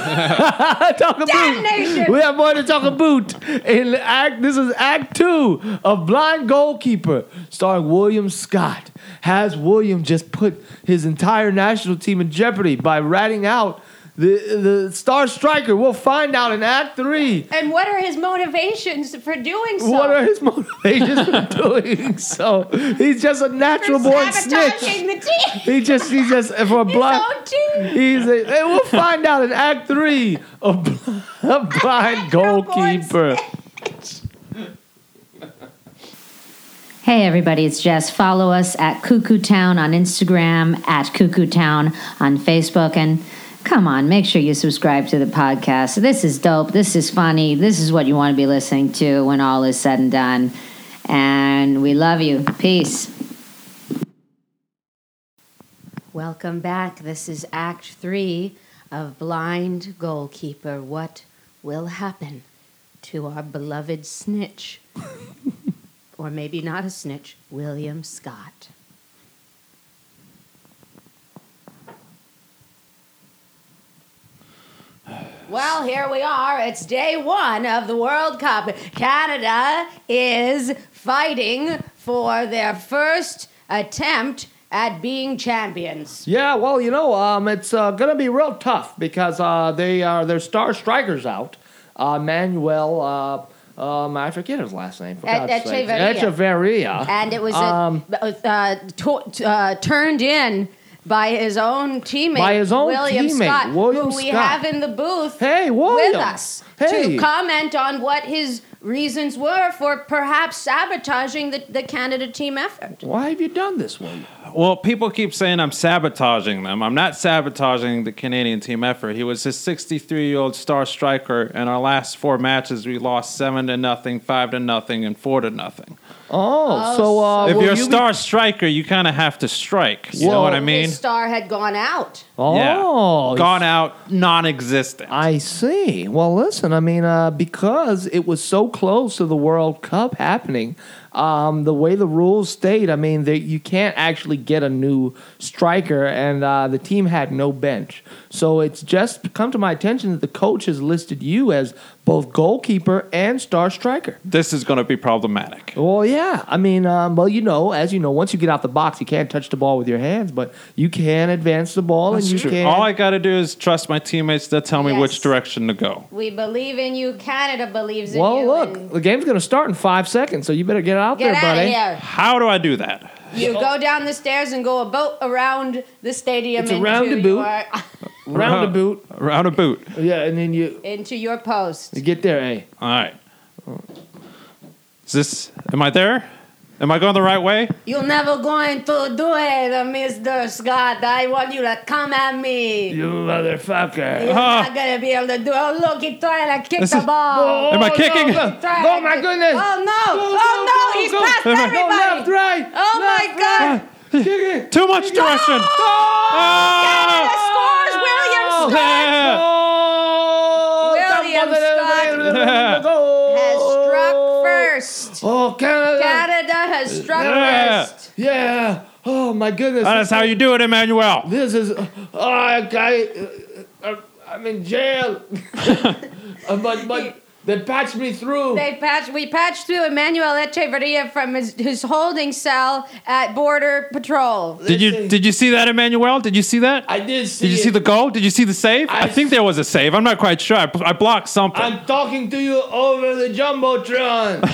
Speaker 2: Uh, talk a
Speaker 1: Damnation!
Speaker 2: boot. We have more to talk a boot. In act, this is Act Two of Blind Goalkeeper, starring William Scott. Has William just put his entire national team in jeopardy by ratting out the the star striker? We'll find out in Act Three.
Speaker 1: And what are his motivations for doing so?
Speaker 2: What are his motivations for doing so? He's just a natural born snitch.
Speaker 1: sabotaging the team.
Speaker 2: He just, he just, for a
Speaker 1: His
Speaker 2: blind,
Speaker 1: own team.
Speaker 2: He's a, and we'll find out in Act Three of bl- a blind goalkeeper.
Speaker 5: Hey everybody, it's Jess. Follow us at Cuckoo Town on Instagram, at Cuckoo Town on Facebook, and come on, make sure you subscribe to the podcast. This is dope. This is funny. This is what you want to be listening to when all is said and done. And we love you. Peace.
Speaker 1: Welcome back. This is Act Three of blind goalkeeper, what will happen to our beloved snitch? or maybe not a snitch, William Scott. Well, here we are. It's day one of the World Cup. Canada is fighting for their first attempt at being champions.
Speaker 2: Yeah, well, you know, um, it's uh, gonna be real tough because uh, they are their star strikers out. Uh, Manuel, uh, um, I forget his last name. for
Speaker 1: Ed-
Speaker 2: God's sake.
Speaker 1: E- Echeverria.
Speaker 2: Echeverria.
Speaker 1: And it was
Speaker 2: Um,
Speaker 1: uh, uh, to- uh, turned in by his own teammate,
Speaker 2: By his own
Speaker 1: William
Speaker 2: teammate,
Speaker 1: Scott,
Speaker 2: William
Speaker 1: who we
Speaker 2: Scott.
Speaker 1: have in the booth
Speaker 2: Hey, William.
Speaker 1: with us
Speaker 2: Hey.
Speaker 1: to comment on what his reasons were for perhaps sabotaging the, the Canada team effort.
Speaker 2: Why have you done this one?
Speaker 3: Well, people keep saying I'm sabotaging them. I'm not sabotaging the Canadian team effort. He was a 63 year old star striker. In our last four matches, we lost seven to nothing, five to nothing, and four to nothing.
Speaker 2: Oh, so uh,
Speaker 3: if
Speaker 2: will
Speaker 3: you're a
Speaker 2: you be-
Speaker 3: star striker, you kind of have to strike. You know
Speaker 2: Well-
Speaker 3: what I mean?
Speaker 1: His star had gone out.
Speaker 2: oh,
Speaker 3: yeah. gone out, non-existent.
Speaker 2: I see. Well, listen, I mean, uh, because it was so close to the World Cup happening, um, the way the rules state, I mean, that you can't actually get a new striker, and uh, the team had no bench. So it's just come to my attention that the coach has listed you as both goalkeeper and star striker.
Speaker 3: this is going to be problematic.
Speaker 2: Well, yeah. I mean, um, well, you know, as you know, once you get out the box, you can't touch the ball with your hands, but you can advance the ball, and you can.
Speaker 3: All I got to do is trust my teammates. They'll tell me
Speaker 1: Yes.
Speaker 3: which direction to go.
Speaker 1: We believe in you. Canada believes in
Speaker 2: well,
Speaker 1: you.
Speaker 2: look,
Speaker 1: and
Speaker 2: the game's going to start in five seconds, so you better get out
Speaker 1: Get
Speaker 2: there,
Speaker 1: out
Speaker 2: buddy.
Speaker 1: of here.
Speaker 3: How do I do that?
Speaker 1: You go down the stairs and go a boat around the stadium
Speaker 2: It's a
Speaker 1: into,
Speaker 2: round a boot.
Speaker 1: your,
Speaker 2: Round a
Speaker 3: Uh-huh.
Speaker 2: boot.
Speaker 3: Round a boot.
Speaker 2: Yeah, and then you,
Speaker 1: into your post.
Speaker 2: you get there, eh?
Speaker 3: All right. Is this? Am I there? Am I going the right way?
Speaker 1: You're never going to do it, uh, Mr. Scott. I want you to come at me.
Speaker 2: You motherfucker.
Speaker 1: You're
Speaker 3: Ah.
Speaker 1: not going to be able to do it. Oh, look, he tried to kick
Speaker 3: This
Speaker 1: the
Speaker 3: is-
Speaker 1: ball.
Speaker 3: Am I kicking?
Speaker 2: Oh, No,
Speaker 1: He tried
Speaker 2: no. Oh,
Speaker 1: to
Speaker 2: my
Speaker 1: kick-
Speaker 2: goodness.
Speaker 1: Oh, no.
Speaker 2: Go, go,
Speaker 1: oh, no.
Speaker 2: go,
Speaker 1: He's
Speaker 2: go.
Speaker 1: passed
Speaker 3: Am I-
Speaker 2: Go left,
Speaker 1: everybody.
Speaker 2: right.
Speaker 1: Oh, my Oh! God.
Speaker 2: Kick it.
Speaker 3: Too much direction.
Speaker 1: Canada scores.
Speaker 2: Oh!
Speaker 1: William Scott
Speaker 3: Yeah.
Speaker 1: William Scott. has struck first.
Speaker 2: Oh, Canada.
Speaker 1: Canada has struck
Speaker 3: Yeah.
Speaker 1: first.
Speaker 2: Yeah. Oh, my goodness.
Speaker 3: That's how you do it, Emmanuel.
Speaker 2: This is. Oh, I, I, uh, I'm in jail. Uh, but but they patched me through.
Speaker 1: They patched, we patched through Emmanuel Echeverria from his, his holding cell at Border Patrol.
Speaker 3: Did you did you see that, Emmanuel? Did you see that?
Speaker 2: I did see.
Speaker 3: Did you
Speaker 2: it.
Speaker 3: see the goal? Did you see the save? I,
Speaker 2: I-
Speaker 3: think there was a save. I'm not quite sure. I, I blocked something.
Speaker 2: I'm talking to you over the jumbotron.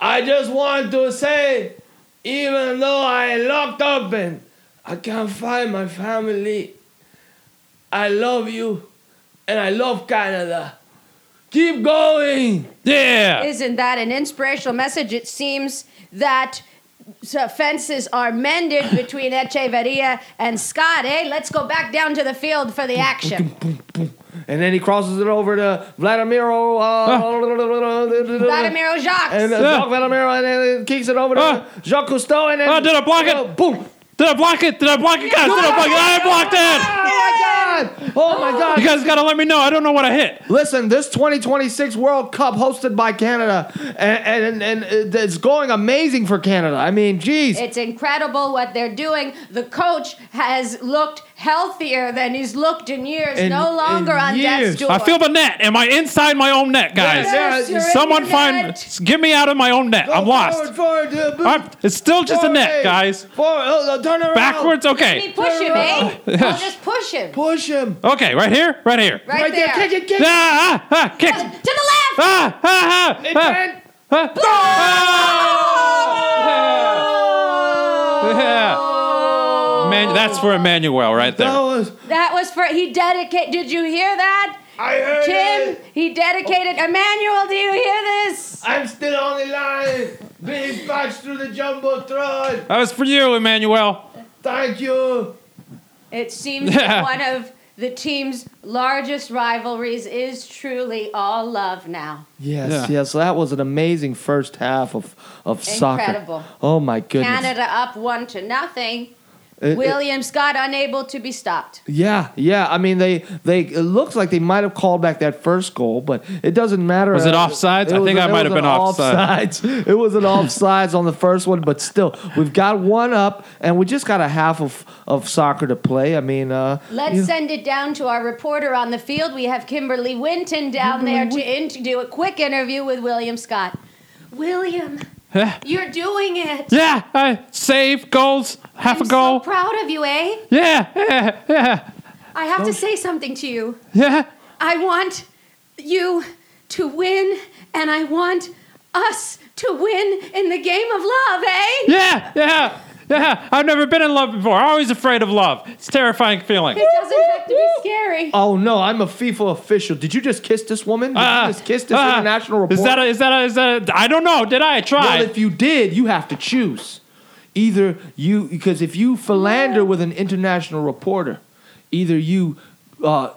Speaker 2: I just want to say, even though I locked up and I can't find my family, I love you, and I love Canada. Keep going.
Speaker 3: yeah.
Speaker 1: Isn't that an inspirational message? It seems that so fences are mended between Echeverria and Scott. Hey, let's go back down to the field for the action.
Speaker 2: And then he crosses it over to Vladimir. Uh,
Speaker 1: Vladimir
Speaker 2: And uh,
Speaker 1: Jacques.
Speaker 3: Yeah.
Speaker 2: Jacques Vladimir and then he kicks it over to
Speaker 3: Ah.
Speaker 2: Jacques Cousteau and then.
Speaker 3: Ah, did I block it?
Speaker 2: Uh, boom!
Speaker 3: Did I block it? Did I block it, guys? Did I block it? I blocked it.
Speaker 2: Oh my god! Oh my god!
Speaker 3: Ah. You guys gotta let me know. I don't know what I hit.
Speaker 2: Listen, this 2026 World Cup hosted by Canada, and, and, and it's going amazing for Canada. I mean, geez.
Speaker 1: It's incredible what they're doing. The coach has looked healthier than he's looked in years.
Speaker 2: In-
Speaker 1: no longer
Speaker 2: in
Speaker 1: on
Speaker 2: years.
Speaker 1: death death's door.
Speaker 3: I feel the net. Am I inside my own net, guys?
Speaker 2: Yes, you're in
Speaker 3: Someone
Speaker 1: your
Speaker 3: find.
Speaker 1: net.
Speaker 3: Get me out of my own net.
Speaker 2: Go
Speaker 3: I'm lost.
Speaker 2: Forward, forward, to the boot,
Speaker 3: I'm, it's still just a
Speaker 2: forward,
Speaker 3: net, guys.
Speaker 2: Forward, oh, oh, turn around.
Speaker 3: Backwards.
Speaker 1: Let me
Speaker 3: Okay.
Speaker 1: push him, eh?
Speaker 3: Yes.
Speaker 1: I'll just push him.
Speaker 2: Push him.
Speaker 3: Okay. Right here. Right here.
Speaker 1: Right, there.
Speaker 2: Kick it, kick it.
Speaker 3: Ah, ah, ah, kick.
Speaker 1: To the left!
Speaker 3: Ah, ah, ah,
Speaker 2: It
Speaker 3: ah,
Speaker 2: went.
Speaker 3: ah. Ah. Yeah. Man, that's for Emmanuel right
Speaker 2: That
Speaker 3: there.
Speaker 2: was.
Speaker 1: Oh, That was for, he dedicated, did you hear that?
Speaker 2: I heard
Speaker 1: Tim,
Speaker 2: it.
Speaker 1: he dedicated,
Speaker 3: Oh.
Speaker 1: Emmanuel, do you hear this?
Speaker 2: I'm still on the line. Being patched through the jumbo throne.
Speaker 3: That was for you, Emmanuel.
Speaker 2: Thank you.
Speaker 1: It seems
Speaker 3: Yeah.
Speaker 1: that one of the team's largest rivalries is truly all love now.
Speaker 2: Yes,
Speaker 3: Yeah.
Speaker 2: yes. That was an amazing first half of, of soccer.
Speaker 1: Incredible.
Speaker 2: Oh, my goodness. Uh,
Speaker 1: Canada up one to nothing.
Speaker 2: It- it-
Speaker 1: William Scott unable to be stopped.
Speaker 2: Yeah, yeah. I mean, they they it looks like they might have called back that first goal, but it doesn't matter.
Speaker 3: Was it offsides? I think I
Speaker 2: it
Speaker 3: might have
Speaker 2: was
Speaker 3: been
Speaker 2: an
Speaker 3: offside.
Speaker 2: offsides. it was an offsides on the first one, but still, we've got one up, and we just got a half of, of soccer to play. I mean, uh,
Speaker 1: Let's
Speaker 2: you-
Speaker 1: send it down to our reporter on the field. We have Kimberly Winton down there to in- to do a quick interview with William Scott. William,
Speaker 3: Yeah.
Speaker 1: you're doing it.
Speaker 3: Yeah, I save goals, half
Speaker 1: I'm
Speaker 3: a goal.
Speaker 1: so proud of you, eh?
Speaker 3: yeah, yeah, yeah,
Speaker 1: I have to say something to you.
Speaker 3: yeah.
Speaker 1: I want you to win, and I want us to win in the game of love, eh?
Speaker 3: Yeah, yeah, yeah. I've never been in love before. I'm always afraid of love. It's a terrifying feeling.
Speaker 1: It doesn't have to be scary.
Speaker 2: Oh no, I'm a FIFA official. Did you just kiss this woman? Did
Speaker 3: Ah,
Speaker 2: you just kiss this
Speaker 3: ah.
Speaker 2: international reporter?
Speaker 3: Is that a, is that a, is that a, I don't know. Did I? I tried.
Speaker 2: Well, if you did, you have to choose. Either you, because if you philander with an international reporter, either you uh,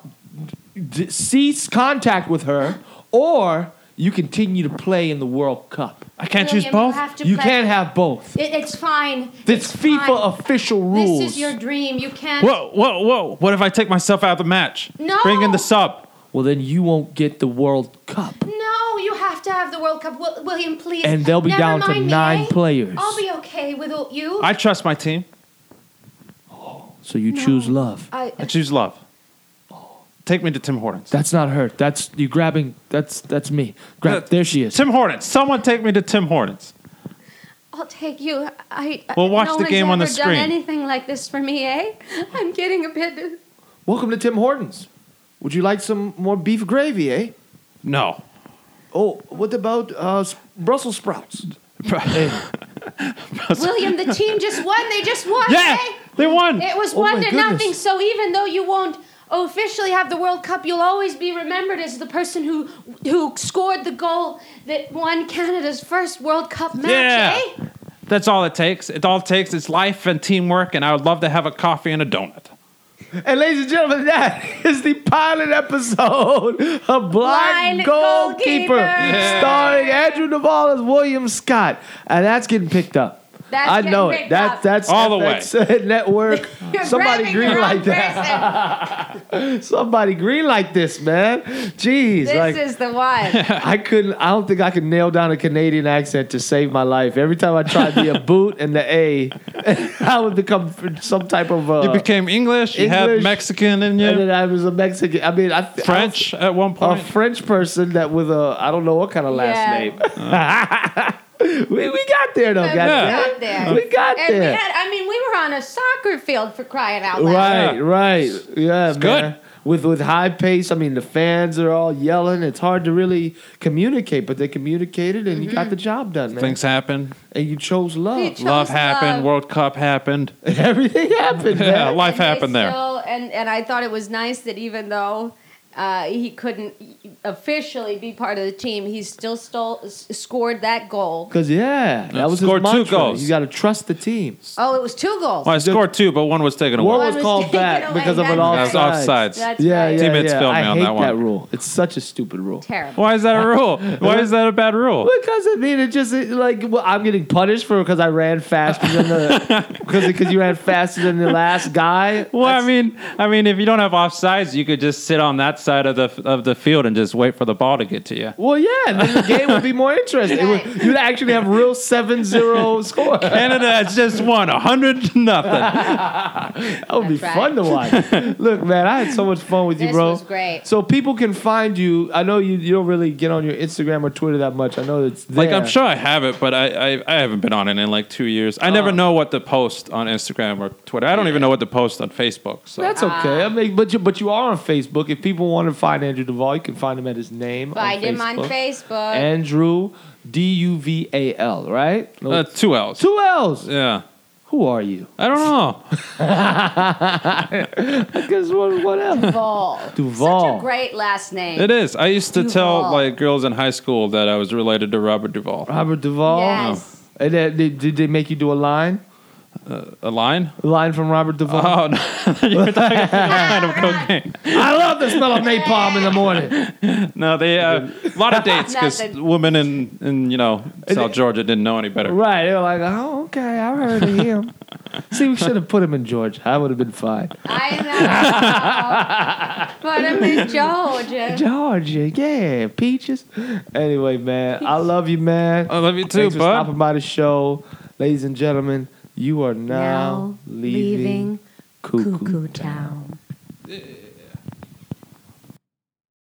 Speaker 2: d- cease contact with her, or you continue to play in the World Cup.
Speaker 3: I can't
Speaker 1: William,
Speaker 3: choose both.
Speaker 1: You, have to
Speaker 2: You
Speaker 1: play-
Speaker 2: can't have both.
Speaker 1: It, it's fine.
Speaker 2: This
Speaker 1: It's
Speaker 2: FIFA
Speaker 1: fine.
Speaker 2: official rules.
Speaker 1: This is your dream. You can't.
Speaker 3: Whoa, whoa, whoa. What if I take myself out of the match?
Speaker 1: No.
Speaker 3: Bring in the sub.
Speaker 2: well, then you won't get the World Cup,
Speaker 1: No, you have to have the World Cup. Wil- William, please.
Speaker 2: and they'll be
Speaker 1: Never
Speaker 2: down to
Speaker 1: mind me,
Speaker 2: nine
Speaker 1: eh?
Speaker 2: players.
Speaker 1: I'll be okay with all- you.
Speaker 3: I trust my team.
Speaker 2: so you choose love.
Speaker 1: I-
Speaker 3: I choose love. Take me to Tim Hortons.
Speaker 2: That's not her. That's you grabbing. That's that's me. Grab.
Speaker 3: Uh,
Speaker 2: there she is.
Speaker 3: Tim Hortons. Someone take me to Tim Hortons.
Speaker 1: I'll take you. I, I-
Speaker 3: We'll watch
Speaker 1: no
Speaker 3: the
Speaker 1: one's
Speaker 3: game on the
Speaker 1: ever
Speaker 3: screen.
Speaker 1: Done anything like this for me, eh? I'm getting a bit.
Speaker 2: Welcome to Tim Hortons. Would you like some more beef gravy, eh?
Speaker 3: No.
Speaker 2: Oh, what about uh, s- Brussels sprouts?
Speaker 1: William, the team just won. They just won,
Speaker 3: Yeah,
Speaker 1: eh?
Speaker 3: they won.
Speaker 1: It was
Speaker 2: Oh
Speaker 1: one
Speaker 2: my
Speaker 1: to
Speaker 2: goodness.
Speaker 1: nothing. So even though you won't officially have the World Cup, you'll always be remembered as the person who who scored the goal that won Canada's first World Cup match.
Speaker 3: Yeah.
Speaker 1: Eh?
Speaker 3: That's all it takes. It all it takes is life and teamwork, and I would love to have a coffee and a donut.
Speaker 2: And ladies and gentlemen, that is the pilot episode of Blind,
Speaker 1: Blind
Speaker 2: Goalkeeper,
Speaker 1: Goalkeeper. Yeah.
Speaker 2: starring Andrew Duvall as William Scott. And that's getting picked up.
Speaker 1: That's
Speaker 2: I
Speaker 1: getting
Speaker 2: know it.
Speaker 1: picked
Speaker 2: That,
Speaker 1: up.
Speaker 2: That's
Speaker 3: All the
Speaker 2: FX Network.
Speaker 1: You're
Speaker 2: Somebody
Speaker 1: grabbing the
Speaker 2: green
Speaker 1: wrong
Speaker 2: like that.
Speaker 1: person.
Speaker 2: Somebody green like this, man. Jeez,
Speaker 1: This
Speaker 2: like
Speaker 1: is the one.
Speaker 2: I couldn't. I don't think I could nail down a Canadian accent to save my life. Every time I tried the boot and the a, I would become some type of. Uh,
Speaker 3: You became English. You had
Speaker 2: English,
Speaker 3: Mexican in
Speaker 2: and
Speaker 3: you.
Speaker 2: then I was a Mexican. I mean, I I was
Speaker 3: French at one
Speaker 2: a
Speaker 3: point.
Speaker 2: Oh, French person that with a I don't know what kind of
Speaker 1: Yeah.
Speaker 2: last
Speaker 3: Uh.
Speaker 2: name. we, we got there though,
Speaker 1: We
Speaker 2: goddamn.
Speaker 1: got there.
Speaker 2: We got
Speaker 1: and we
Speaker 2: there.
Speaker 1: had, I mean, we were on a soccer field for crying out loud.
Speaker 2: right,
Speaker 3: Yeah.
Speaker 2: right, yeah, man.
Speaker 3: good.
Speaker 2: With with high pace, I mean the fans are all yelling. It's hard to really communicate, but they communicated and you
Speaker 1: Mm-hmm.
Speaker 2: got the job done, man.
Speaker 3: Things happened.
Speaker 2: And you chose
Speaker 1: We
Speaker 2: love.
Speaker 1: chose
Speaker 3: Love happened.
Speaker 1: love.
Speaker 3: World Cup happened.
Speaker 2: Everything happened, man.
Speaker 3: Yeah,
Speaker 1: And
Speaker 3: life
Speaker 1: they
Speaker 3: happened there.
Speaker 1: still- and and I thought it was nice that even though uh, he couldn't officially be part of the team, he still stole s- scored that goal.
Speaker 2: Cause yeah, that was
Speaker 3: Scored
Speaker 2: his
Speaker 3: two
Speaker 2: mantra.
Speaker 3: goals.
Speaker 2: You got to trust the team.
Speaker 1: Oh, it was two goals.
Speaker 3: Well, I scored two, but one was taken
Speaker 2: One
Speaker 3: away.
Speaker 1: What
Speaker 2: was
Speaker 1: was
Speaker 2: called
Speaker 1: taken
Speaker 2: back
Speaker 1: away,
Speaker 2: because of an
Speaker 1: that
Speaker 3: That's
Speaker 1: was-
Speaker 2: offside.
Speaker 3: offsides.
Speaker 1: That's
Speaker 2: Yeah,
Speaker 1: right.
Speaker 2: yeah,
Speaker 3: Teammates
Speaker 2: yeah.
Speaker 3: failed me
Speaker 2: I
Speaker 3: on
Speaker 2: hate
Speaker 3: that one.
Speaker 2: rule. It's such a stupid rule.
Speaker 1: Terrible.
Speaker 3: Why is that a rule? Why is that a bad rule?
Speaker 2: Because I mean, it just it, like well, I'm getting punished for because I ran faster than the because because you ran faster than the last guy.
Speaker 3: Well, I
Speaker 2: That's-
Speaker 3: mean, I mean, if you don't have offsides, you could just sit on that side of the of the field and just wait for the ball to get to you.
Speaker 2: well, yeah, and then the game would be more interesting. It would-
Speaker 1: Right.
Speaker 2: you'd actually have real 7-0 score. That
Speaker 3: Canada has just won hundred to nothing.
Speaker 2: would be
Speaker 1: That's
Speaker 2: fun to watch. Look, man, I had so much fun with you,
Speaker 1: This
Speaker 2: bro.
Speaker 1: was great.
Speaker 2: So people can find you. I know you, you don't really get on your Instagram or Twitter that much. I know it's there.
Speaker 3: Like I'm sure I have it, but I, I I haven't been on it in like two years. I
Speaker 2: Oh.
Speaker 3: never know what to post on Instagram or Twitter. I don't even know what to post on Facebook. So
Speaker 2: That's
Speaker 1: Ah.
Speaker 2: okay. I mean, but you but you are on Facebook. If people want to find Andrew Duvall, you can find him at his name.
Speaker 1: Find
Speaker 2: on
Speaker 1: him on Facebook.
Speaker 2: Andrew D U V A L, right? No,
Speaker 3: uh, two L's.
Speaker 2: two L's.
Speaker 3: Yeah,
Speaker 2: Who are you?
Speaker 3: I don't know.
Speaker 2: Because what, what else?
Speaker 1: Ball.
Speaker 2: Duvall.
Speaker 1: Such a great last name.
Speaker 3: It is. I used to tell
Speaker 1: Duvall.
Speaker 3: like girls in high school that I was related to Robert Duvall.
Speaker 2: Oh. Robert Duvall.
Speaker 1: Yes.
Speaker 2: And then, did, did they make you do a line?
Speaker 3: uh, a line?
Speaker 2: Line from Robert Duvall.
Speaker 3: Oh, no. you were talking about a line of cocaine.
Speaker 2: I love the smell of napalm in the morning.
Speaker 3: No, they uh, a lot of dates because
Speaker 1: Nothing.
Speaker 3: women in, in you know South Georgia didn't know any better.
Speaker 2: Right. They were like, oh, okay, I heard of him. See, we should have put him in Georgia. I would have been fine.
Speaker 1: I know. but I'm in Georgia.
Speaker 2: Georgia, yeah, peaches. Anyway, man, I love you, man.
Speaker 3: I love you too,
Speaker 2: Thanks for
Speaker 3: bud.
Speaker 2: stopping by the show, ladies and gentlemen. You are now,
Speaker 1: Now leaving
Speaker 2: leaving, Cuckoo
Speaker 5: Cuckoo Town.